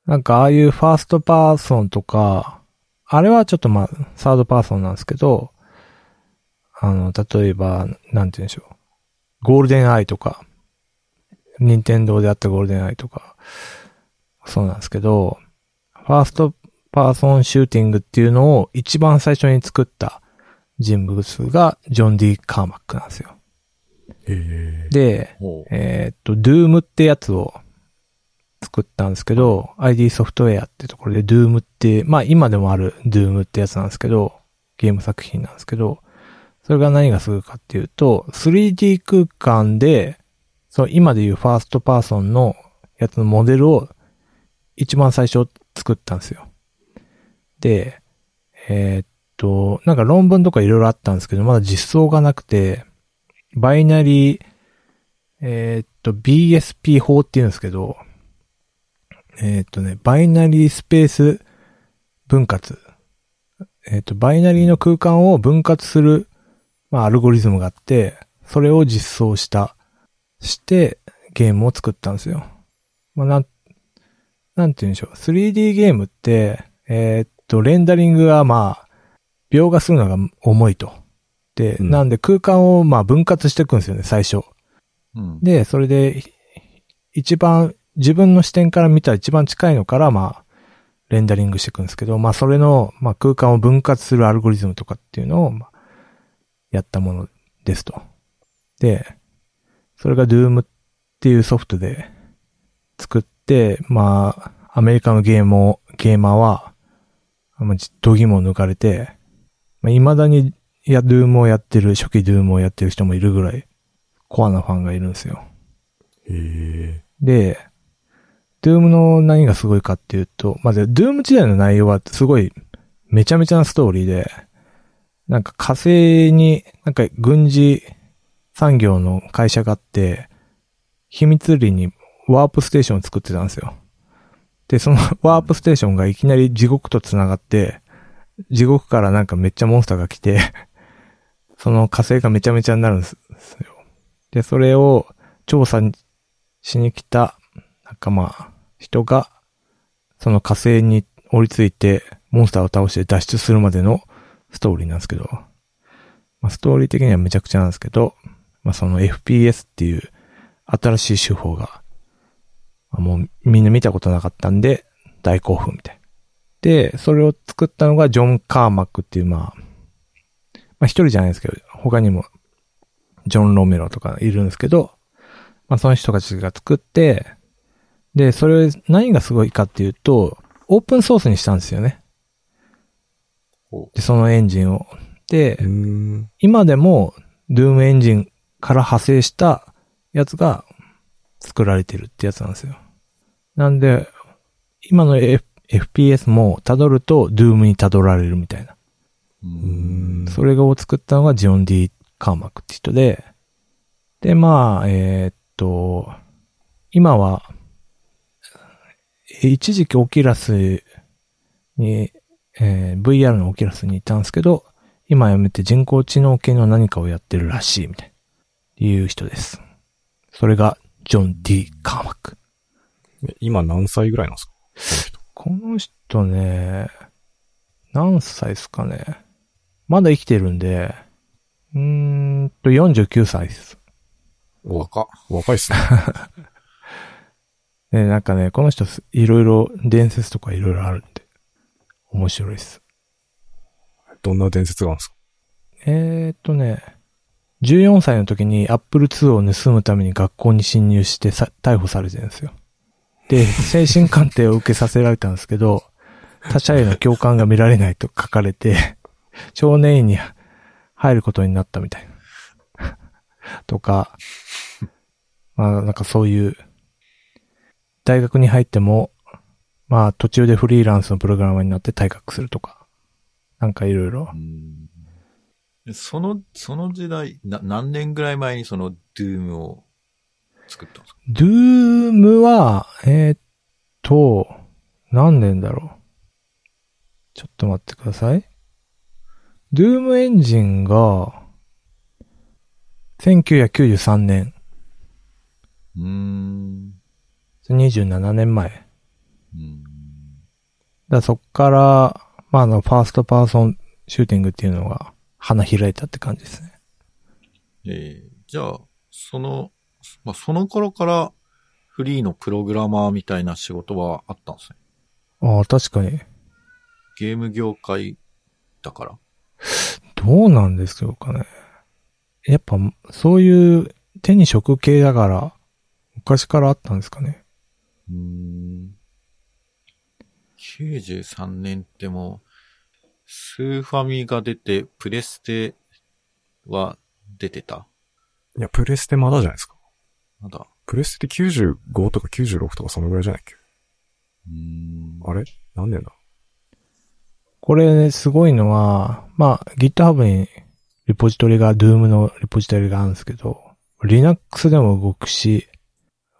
Speaker 1: なんかああいうファーストパーソンとか、あれはちょっとまあ、サードパーソンなんですけど、あの、例えば、なんて言うんでしょう。ゴールデンアイとか、任天堂であったゴールデンアイとか、そうなんですけど、ファーストパーソンシューティングっていうのを一番最初に作った人物がジョン・ディ・カーマックなんですよ。
Speaker 3: ええ
Speaker 1: で、
Speaker 2: ほう。
Speaker 1: えーっと、Doom ってやつを作ったんですけど、ID ソフトウェアってところで Doom って、まあ今でもある Doom ってやつなんですけど、ゲーム作品なんですけど、それが何がするかっていうと、3D 空間で、そう、今でいうファーストパーソンのやつのモデルを一番最初作ったんですよ。で、えーっと、なんか論文とかいろいろあったんですけど、まだ実装がなくて、バイナリー、えーっと、BSP 法って言うんですけど、えーっとね、バイナリースペース分割。えーっと、バイナリーの空間を分割する、まあ、アルゴリズムがあって、それを実装した、して、ゲームを作ったんですよ。まあ、なん、なんて言うんでしょう。3D ゲームって、えーっと、レンダリングがまあ、描画するのが重いと。で、
Speaker 3: うん
Speaker 1: なんで空間をまあ分割していくんですよね、最初。
Speaker 2: うん。
Speaker 1: で、それで、ひ一番、自分の視点から見た一番近いのから、まあ、レンダリングしていくんですけど、まあ、それの、まあ、空間を分割するアルゴリズムとかっていうのを、まあ、やったものですと。で、それが Doom っていうソフトで作って、まあ、アメリカのゲームを、ゲーマーは、まあ、じ度肝を抜かれて、まあ、未だに、いや、Doom をやってる、初期 Doom をやってる人もいるぐらい、コアなファンがいるんですよ。
Speaker 3: ええ
Speaker 1: で、Doom の何がすごいかっていうと、まず、Doom 時代の内容はすごいめちゃめちゃなストーリーで、なんか火星に、なんか軍事産業の会社があって、秘密裏にワープステーションを作ってたんですよ。で、その <laughs> ワープステーションがいきなり地獄と繋がって、地獄からなんかめっちゃモンスターが来て、 <laughs> その火星がめちゃめちゃになるんですですよ。で、それを調査にしに来た、なんかまあ、人が、その火星に降りついて、モンスターを倒して脱出するまでのストーリーなんですけど、まあ、ストーリー的にはめちゃくちゃなんですけど、まあその FPS っていう新しい手法が、まあもうみんな見たことなかったんで、大興奮みたいな。で、それを作ったのがジョン・カーマックっていう、まあ、まあ一人じゃないですけど、他にも、ジョン・ロメロとかいるんですけど、まあ、その人たちが作って、で、それ、何がすごいかっていうと、オープンソースにしたんですよね。
Speaker 2: ほ
Speaker 1: で、そのエンジンを。で、
Speaker 3: うーん。
Speaker 1: 今でも、Doom エンジンから派生したやつが作られてるってやつなんですよ。なんで、今の、F、FPS も辿ると Doom に辿られるみたいな。
Speaker 2: う
Speaker 3: うー
Speaker 2: ん。
Speaker 3: ん。
Speaker 1: それを作ったのがジオン・ディ・カーマックって人で、で、まあ、えーっと、今は、え一時期オキュラスに、えー VR のオキュラスにいたんですけど、今やめて人工知能系の何かをやってるらしい、みたいな、いう人です。それが、ジョン・ディ・カーマック。
Speaker 3: え今何歳ぐらいなんですか
Speaker 1: この人ね、何歳ですかね。まだ生きてるんで、うーんと、49歳です。
Speaker 2: 若っ。
Speaker 3: 若いっすね。
Speaker 1: ね、なんかね、この人す、いろいろ伝説とかいろいろあるんで、面白いです。
Speaker 3: どんな伝説があるんですか
Speaker 1: えーっとね、14歳の時に Apple II を盗むために学校に侵入してさ逮捕されてるんですよ。で、精神鑑定を受けさせられたんですけど、他者への共感が見られないと書かれて、少年院に入ることになったみたいな。とか、まあなんかそういう、大学に入っても、まあ途中でフリーランスのプログラマーになって退学するとか、なんかいろいろ。
Speaker 2: うんその、その時代、な、何年ぐらい前にその、ドゥームを作ったんですか
Speaker 1: ドゥームは、えーっと、何年だろう。ちょっと待ってください。ドゥームエンジンが、 1993年、
Speaker 2: うーん。
Speaker 1: 27年前。だか
Speaker 2: うん。
Speaker 1: らそっから、まあ、あの、ファーストパーソンシューティングっていうのが、花開いたって感じですね。
Speaker 2: えーじゃあ、その、まあ、その頃からフリーのプログラマーみたいな仕事はあったんですね。
Speaker 1: ああ、確かに。
Speaker 2: ゲーム業界だから。
Speaker 1: どうなんですかね。やっぱ、そういう手に職系だから、昔からあったんですかね。
Speaker 2: うーん。93年ってもう、スーファミが出て、プレステは出てた
Speaker 3: いや、プレステまだじゃないですか。
Speaker 2: まだ。
Speaker 3: プレステって95とか96とかそのぐらいじゃないっけ
Speaker 2: うーん。
Speaker 3: あれ何年だ
Speaker 1: これ、ね、すごいのは、まあ、GitHub にリポジトリが、Doom のリポジトリがあるんですけど、Linux でも動くし、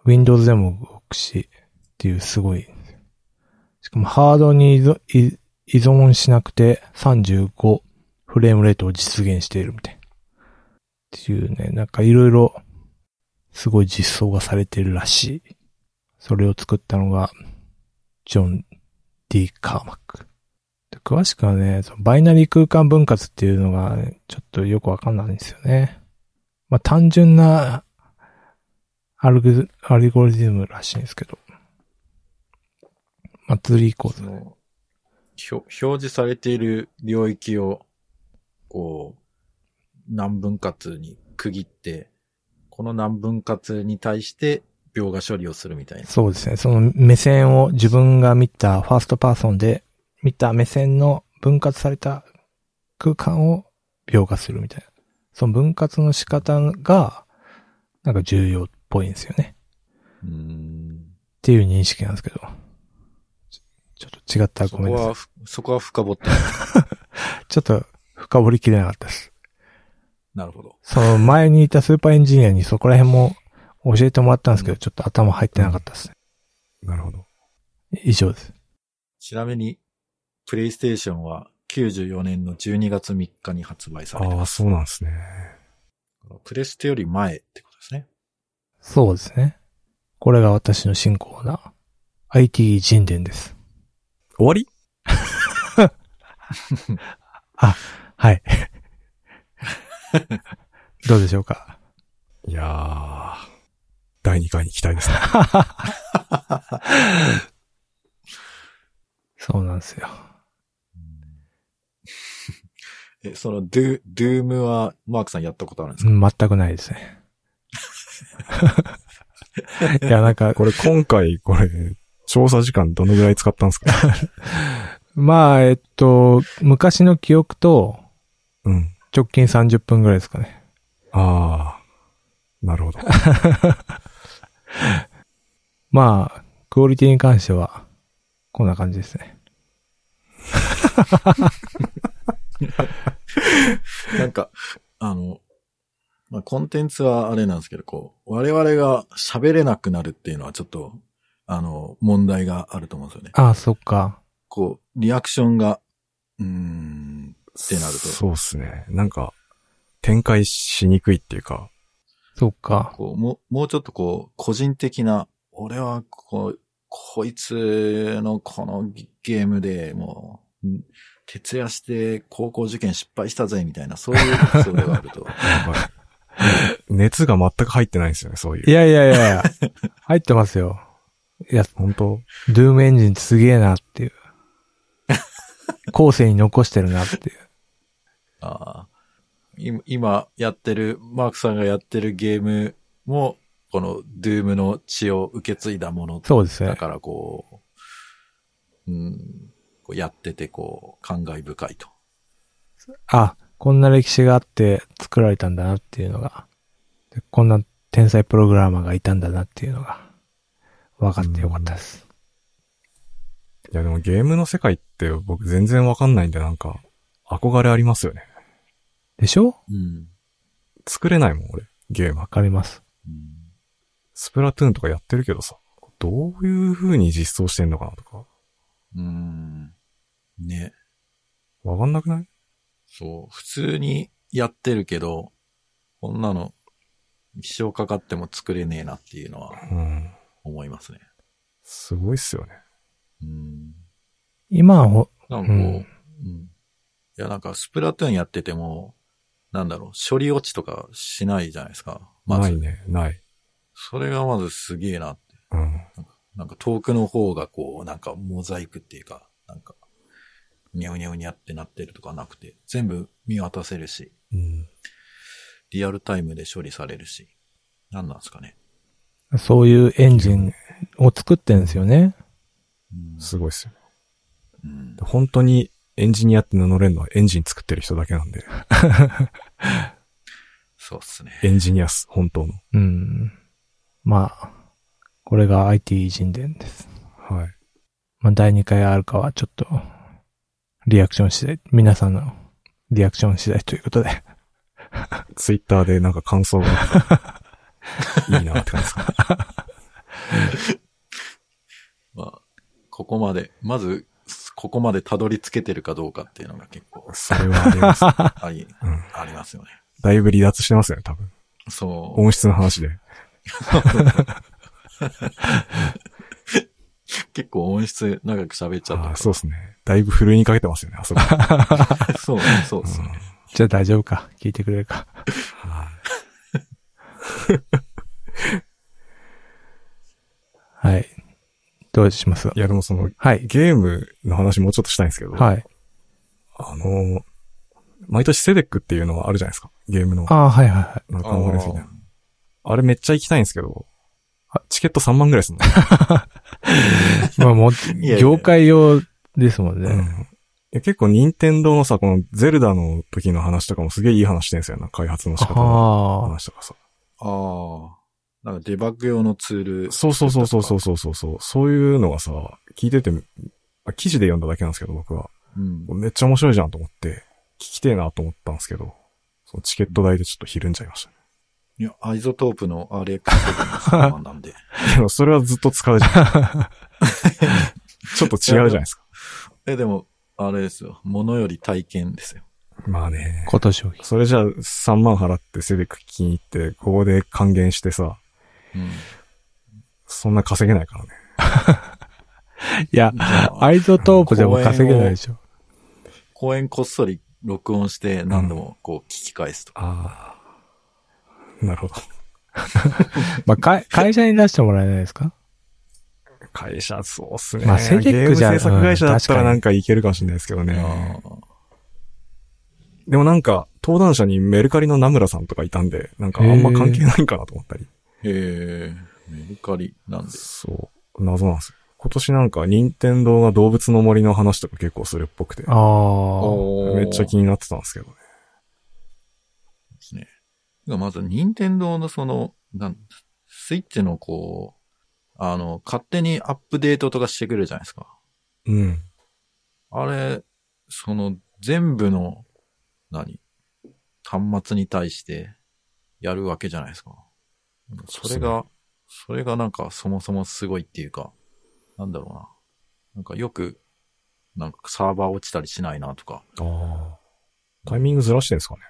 Speaker 1: Windows でも動くし、っていうすごい。しかもハードに依存依依存しなくて35フレームレートを実現しているみたいな。っていうね、なんかいろいろすごい実装がされてるらしい。それを作ったのが、ジョン・ D ・カーマック。で詳しくはね、そのバイナリー空間分割っていうのが、ちょっとよくわかんないんですよね。まあ、単純なアルグ、アルゴリズムらしいんですけど。まあ、ツリー構
Speaker 2: そ
Speaker 1: 造。
Speaker 2: の、ひょ表示されている領域を、こう、何分割に区切って、この何分割に対して描画処理をするみたいな。
Speaker 1: そうですね。その目線を自分が見たファーストパーソンで見た目線の分割された空間を描画するみたいな。その分割の仕方がなんか重要っぽいんですよね。
Speaker 2: うーん。
Speaker 1: っていう認識なんですけど。ちちょっと違ったら
Speaker 2: そ
Speaker 1: ご
Speaker 2: こ
Speaker 1: めんなさ。
Speaker 2: はいふ、そこは深掘って。
Speaker 1: ちょっと深掘りきれなかったです。
Speaker 2: なるほど。
Speaker 1: その前にいたスーパーエンジニアにそこら辺も教えてもらったんですけど、ちょっと頭入ってなかったですね。
Speaker 3: なるほど。
Speaker 1: 以上です。
Speaker 2: ちなみに、プレイステーションは94年の12月3日に発売されて
Speaker 3: ああ、そうなんですね。
Speaker 2: プレステより前ってことですね。
Speaker 1: そうですね。これが私の新コーナー。IT 人伝です。
Speaker 3: 終わり
Speaker 1: はい。どうでしょうか
Speaker 3: いやー、第2回に期
Speaker 2: <laughs>
Speaker 3: 待ですね。
Speaker 1: そうなんですよ。
Speaker 2: <laughs> え、その、ドゥ、ドゥームは、マークさんやったことあるんです
Speaker 1: う
Speaker 2: か、
Speaker 1: ん全くないですね。 <laughs> いや、なんか、
Speaker 3: これ今回、これ、調査時間どのぐらい使ったんで
Speaker 2: <laughs>
Speaker 3: すか
Speaker 1: まあ、えっと、昔の記憶と
Speaker 3: うん。
Speaker 1: 直近30分ぐらいですかね。
Speaker 3: ああ、なるほど。
Speaker 1: まあ、クオリティに関しては、こんな感じですね。
Speaker 2: なんか、あの、まあ、コンテンツはあれなんですけど、こう、我々が喋れなくなるっていうのはちょっと、あの、問題があると思うんですよね。
Speaker 1: ああ、そっか。
Speaker 2: こう、リアクションが、うーん、ってなると
Speaker 3: そうっすね。なんか、展開しにくいっていうか、
Speaker 1: そっか。
Speaker 2: こう、もう、もうちょっとこう、個人的な、俺はこう、こいつのこのゲームでもう、ん徹夜して高校受験失敗したぜ、みたいな、そういうエピソードがあると。
Speaker 3: なんか
Speaker 2: <laughs>
Speaker 3: 熱が全く入ってないんですよね、そういう。
Speaker 1: いやいやいやいや、入ってますよ。いや、
Speaker 3: 本当
Speaker 1: ドゥームエンジンってすげえなって
Speaker 3: <laughs>
Speaker 1: いう。後世に残してるなっていう。
Speaker 2: ああ今今やってる、マークさんがやってるゲームも、このドゥームの血を受け継いだもの
Speaker 1: そうです
Speaker 2: だ
Speaker 1: ね。
Speaker 2: からこう、うん、こうやっててこう、感慨深いと。
Speaker 1: あ、こんな歴史があって作られたんだなっていうのが。でこんな天才プログラマーがいたんだなっていうのが。分かってよかったです。
Speaker 3: いやでもゲームの世界って僕全然わかんないんでなんか、憧れありますよね。
Speaker 1: でしょ
Speaker 2: うん。
Speaker 3: 作れないもん、俺。ゲーム
Speaker 1: わ。かります。
Speaker 2: うん
Speaker 3: スプラトゥーンとかやってるけどさ、どういう風に実装してんのかなとか、
Speaker 2: うーん。ね。
Speaker 3: わかんなくない
Speaker 2: そう。普通にやってるけど、こんなの一生かかっても作れねえなっていうのは
Speaker 3: うん。
Speaker 2: 思いますね。
Speaker 3: すごいっすよね。
Speaker 2: うん。
Speaker 1: 今はほ、
Speaker 2: な
Speaker 1: う
Speaker 2: んかこう、
Speaker 1: ん。
Speaker 2: うん。いや、なんか、スプラトゥーンやってても、なんだろう、処理落ちとかしないじゃないですか。ま
Speaker 3: な
Speaker 2: ず。
Speaker 3: いね。ない。
Speaker 2: それがまずすげえなって。
Speaker 3: うん。
Speaker 2: なんか、遠くの方がこう、なんか、モザイクっていうか、なんか、にゃうにゃうにゃってなってるとかなくて、全部見渡せるし、
Speaker 3: うん。
Speaker 2: リアルタイムで処理されるし、なんなんですかね。
Speaker 1: そういうエンジンを作ってんですよね。
Speaker 2: うん
Speaker 3: すごいっすよね。
Speaker 2: うん
Speaker 3: で本当にエンジニアって名乗れるのはエンジン作ってる人だけなんで、
Speaker 2: そうっすね。
Speaker 3: エンジニアっす、本当の。
Speaker 1: うん。まあ、これが IT 人伝です。
Speaker 3: はい。
Speaker 1: まあ、第2回あるかはちょっと、リアクション次第、皆さんのリアクション次第ということで。 <laughs>
Speaker 3: ツイッターでなんか感想があったらいいなって感じですか。
Speaker 2: まあ、ここまで、まず、ここまでたどり着けてるかどうかっていうのが結
Speaker 3: <laughs>
Speaker 2: 構
Speaker 3: それはあります。
Speaker 2: あり、
Speaker 3: うん。
Speaker 2: ありますよね。
Speaker 3: だいぶ離脱してますよね、多分。
Speaker 2: そう。
Speaker 3: 音質の話で。
Speaker 2: 結構音質長く喋っちゃったか
Speaker 3: あ
Speaker 2: ら。
Speaker 3: ーそうですね。だいぶふるいにかけてますよね、あそこ。
Speaker 2: <laughs> そう、そうそう。
Speaker 1: じゃあ大丈夫か聞いてくれるか。はい。どうします
Speaker 3: いや、でもその、
Speaker 1: はい。
Speaker 3: ゲームの話もうちょっとしたいんですけど、
Speaker 1: はい。
Speaker 3: あの、毎年セデックっていうのはあるじゃないですか。ゲームの、
Speaker 1: ああ、はいはいはい。
Speaker 3: なんかカンファレンスみたい
Speaker 2: あ
Speaker 3: な。あれめっちゃ行きたいんですけど、あチケット3万ぐら
Speaker 1: <laughs>
Speaker 3: いすんの。
Speaker 1: まあもう
Speaker 2: いや、いや
Speaker 1: 業界用ですもん
Speaker 3: うん
Speaker 1: ね。
Speaker 3: いや結構任天堂のさ、このゼルダの時の話とかもすげえいい話してんすよな、開発の仕方の
Speaker 1: ああ。
Speaker 3: 話とかさ。
Speaker 2: ああ。なんかデバッグ用のツール。
Speaker 3: そうそうそうそうそうそうそうそう。そういうのがさ、聞いてて、あ記事で読んだだけなんですけど、僕は。
Speaker 2: うん。
Speaker 3: めっちゃ面白いじゃんと思って、聞きてえなと思ったんですけど、そのチケット代でちょっとひるんじゃいました、
Speaker 2: いや、アイゾトープの RX7 のなんで。 <laughs>
Speaker 3: ね。でもそれはずっと使うじゃん。 <laughs> ちょっと違うじゃないですか。
Speaker 2: え、でも、あれですよ。ものより体験ですよ。
Speaker 3: まあね。
Speaker 1: 今年を。
Speaker 3: それじゃあ3万払ってセデック気に入って、ここで還元してさ、
Speaker 2: うん。
Speaker 3: そんな稼げないからね。
Speaker 1: いや、アイゾトープでも稼げないでしょ。
Speaker 2: 公演こっそり録音して何度もこう聞き返すとか。
Speaker 3: ああ。なるほど。
Speaker 1: まあ、会会社に出してもらえないですか
Speaker 3: 会社、そうっすね。
Speaker 1: まあセデックじゃ
Speaker 3: ゲーム制作会社だった
Speaker 1: うん確か
Speaker 3: ら
Speaker 1: に
Speaker 3: なんかいけるかもしれないですけどね。
Speaker 2: ああ
Speaker 3: でもなんか、登壇者にメルカリの名村さんとかいたんで、なんかあんま関係ないんかなと思ったり。
Speaker 2: へえ、メルカリなんで。
Speaker 3: そう。謎なんですよ。今年なんか、任天堂が動物の森の話とか結構するっぽくて。
Speaker 1: ああ。
Speaker 2: おー
Speaker 3: めっちゃ気になってたんですけどね。
Speaker 2: ですね。まず、任天堂のその、なんスイッチのこう、あの、勝手にアップデートとかしてくるじゃないですか。
Speaker 3: うん。
Speaker 2: あれ、その、全部の、何端末に対して、やるわけじゃないですか。それが、それがなんか、そもそもすごいっていうか、なんだろうな。なんかよく、なんかサーバー落ちたりしないなとか、
Speaker 3: ああ。タイミングずらしてんですかね。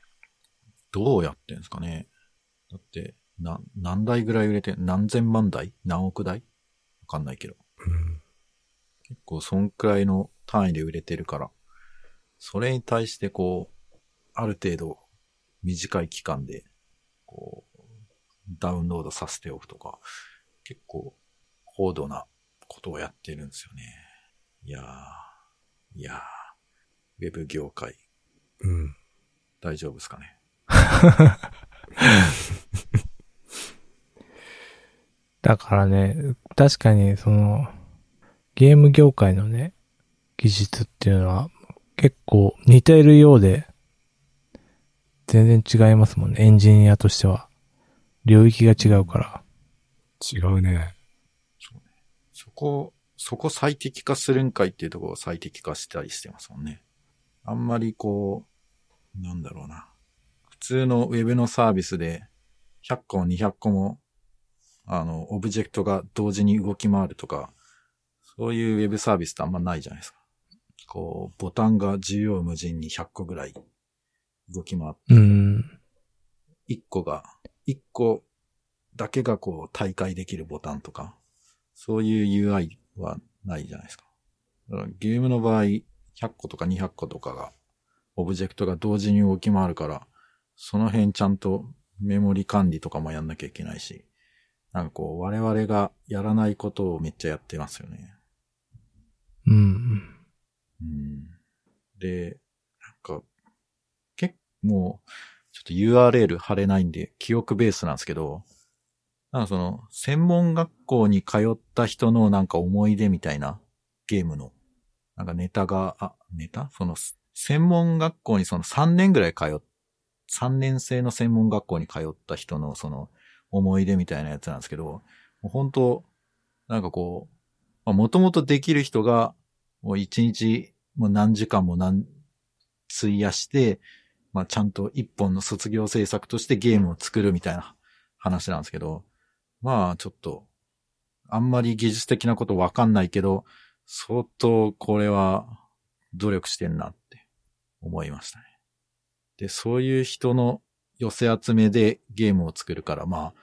Speaker 2: どうやってんですかね。だって、な、何台ぐらい売れて、何千万台何億台わかんないけど。
Speaker 3: うん。
Speaker 2: 結構そんくらいの単位で売れてるから、それに対してこう、ある程度短い期間で、こう、ダウンロードさせておくとか、結構高度なことをやってるんですよね。いやー、いやー、ウェブ業界
Speaker 3: うん。
Speaker 2: 大丈夫ですかね。
Speaker 1: だからね、確かにその、ゲーム業界のね、技術っていうのは結構似てるようで、全然違いますもんね。エンジニアとしては。領域が違うから。
Speaker 3: 違うね。
Speaker 2: そうね。そこ、そこ最適化するんかいっていうところを最適化したりしてますもんね。あんまりこう、なんだろうな。普通のウェブのサービスで100個も200個も、あの、オブジェクトが同時に動き回るとか、そういうウェブサービスってあんまないじゃないですか。こう、ボタンが縦横無尽に100個ぐらい動き回って
Speaker 1: うん。
Speaker 2: 一個が、一個だけがこう大会できるボタンとか、そういう UI はないじゃないですか。だからゲームの場合、100個とか200個とかが、オブジェクトが同時に動き回るから、その辺ちゃんとメモリ管理とかもやんなきゃいけないし、なんかこう我々がやらないことをめっちゃやってますよね。
Speaker 1: うん。
Speaker 2: うんで、なんか、結構、もう、ちょっと URL 貼れないんで、記憶ベースなんですけど、なんかその、専門学校に通った人のなんか思い出みたいなゲームの、なんかネタが、あ、ネタその、専門学校にその3年ぐらい通っ、3年生の専門学校に通った人のその思い出みたいなやつなんですけど、もう本当なんかこう、もともとできる人が、もう一日、もう何時間も何、費やして、まあちゃんと一本の卒業制作としてゲームを作るみたいな話なんですけど、まあちょっと、あんまり技術的なことわかんないけど、相当これは努力してんなって思いましたね。で、そういう人の寄せ集めでゲームを作るから、まあ、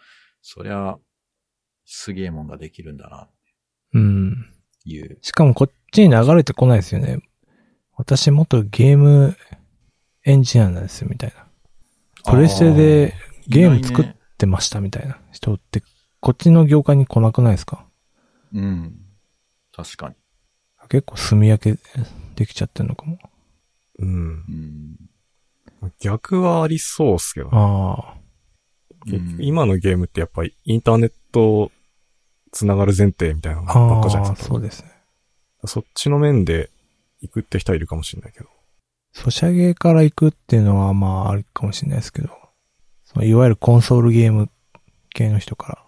Speaker 2: そりゃ、すげえもんができるんだな、
Speaker 1: うん。
Speaker 2: いう
Speaker 1: しかもこっちに流れてこないですよね。私元ゲームエンジニアなんですよ、みたいな。プレステでゲーム作っ
Speaker 2: 意外ね
Speaker 1: てました、みたいな人って、こっちの業界に来なくないですか
Speaker 2: うん。確かに。
Speaker 1: 結構炭焼けできちゃってるのかも。
Speaker 3: うん。
Speaker 2: うん。
Speaker 3: 逆はありそうっすけどね、
Speaker 1: ああ。
Speaker 3: 結
Speaker 2: う
Speaker 3: 局
Speaker 2: ん
Speaker 3: 今のゲームってやっぱりインターネットつながる前提みたいなのばっ
Speaker 1: あ
Speaker 3: かじゃない
Speaker 1: あ、
Speaker 3: ですか。
Speaker 1: そうですね。
Speaker 3: そっちの面で行くって人はいるかもしれないけど。
Speaker 1: ソシャゲから行くっていうのはまああるかもしれないですけど、そのいわゆるコンソールゲーム系の人から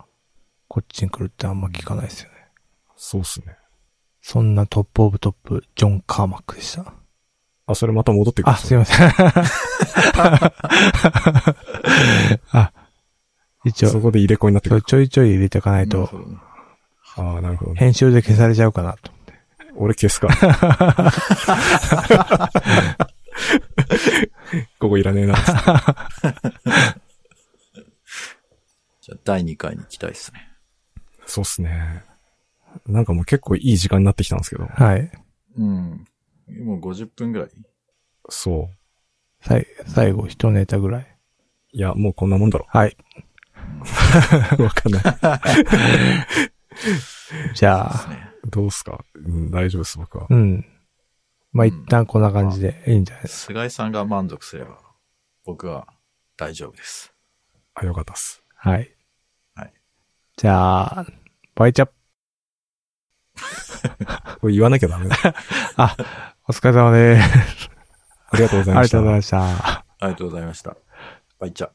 Speaker 1: こっちに来るってあんま聞かないですよね。
Speaker 3: そうっすね。
Speaker 1: そんなトップオブトップ、ジョン・カーマックでした。
Speaker 3: あ、それまた戻ってくるん
Speaker 1: あ、
Speaker 3: です
Speaker 1: い
Speaker 3: ね。
Speaker 1: ません。あ、一
Speaker 3: そ
Speaker 1: 応、
Speaker 3: こで入れ子になってく
Speaker 1: そう
Speaker 3: る。
Speaker 1: ちょいちょい入れていかない
Speaker 2: まあ
Speaker 1: と
Speaker 2: そ、うだね
Speaker 3: ああ、なるほど、ね。
Speaker 1: 編集で消されちゃうかなと。
Speaker 3: 俺消すか。 <laughs> <laughs> ここいらねえな。
Speaker 2: じゃあ第2回に期待ですね。
Speaker 3: そうっすね。なんかもう結構いい時間になってきたんですけど。
Speaker 1: はい。
Speaker 2: うん。もう50分ぐらい。
Speaker 3: そう。
Speaker 1: さい最後、一ネタぐらい。。
Speaker 3: いや、もうこんなもんだろ
Speaker 1: はい。
Speaker 3: <laughs> わかんない。
Speaker 1: じゃ
Speaker 2: で
Speaker 1: あ、
Speaker 2: すね。
Speaker 3: どうっすか、うん、大丈夫っす、僕は。
Speaker 1: うん。まあ、
Speaker 2: うん
Speaker 1: 一旦こんな感じでいいんじゃないです
Speaker 2: 菅井さんが満足すれば、僕は大丈夫です。
Speaker 3: あ、よかったっす。
Speaker 1: か。はい。
Speaker 2: はい。
Speaker 1: じゃあ、バイチャップ、
Speaker 3: これ言わなきゃダメだ。
Speaker 1: お疲れ様です。
Speaker 3: ありがとうござい
Speaker 1: あ
Speaker 3: ま
Speaker 1: り
Speaker 3: し
Speaker 1: がとう
Speaker 3: た
Speaker 1: ご。ざいました。
Speaker 2: ありがとうございました。バイチャ。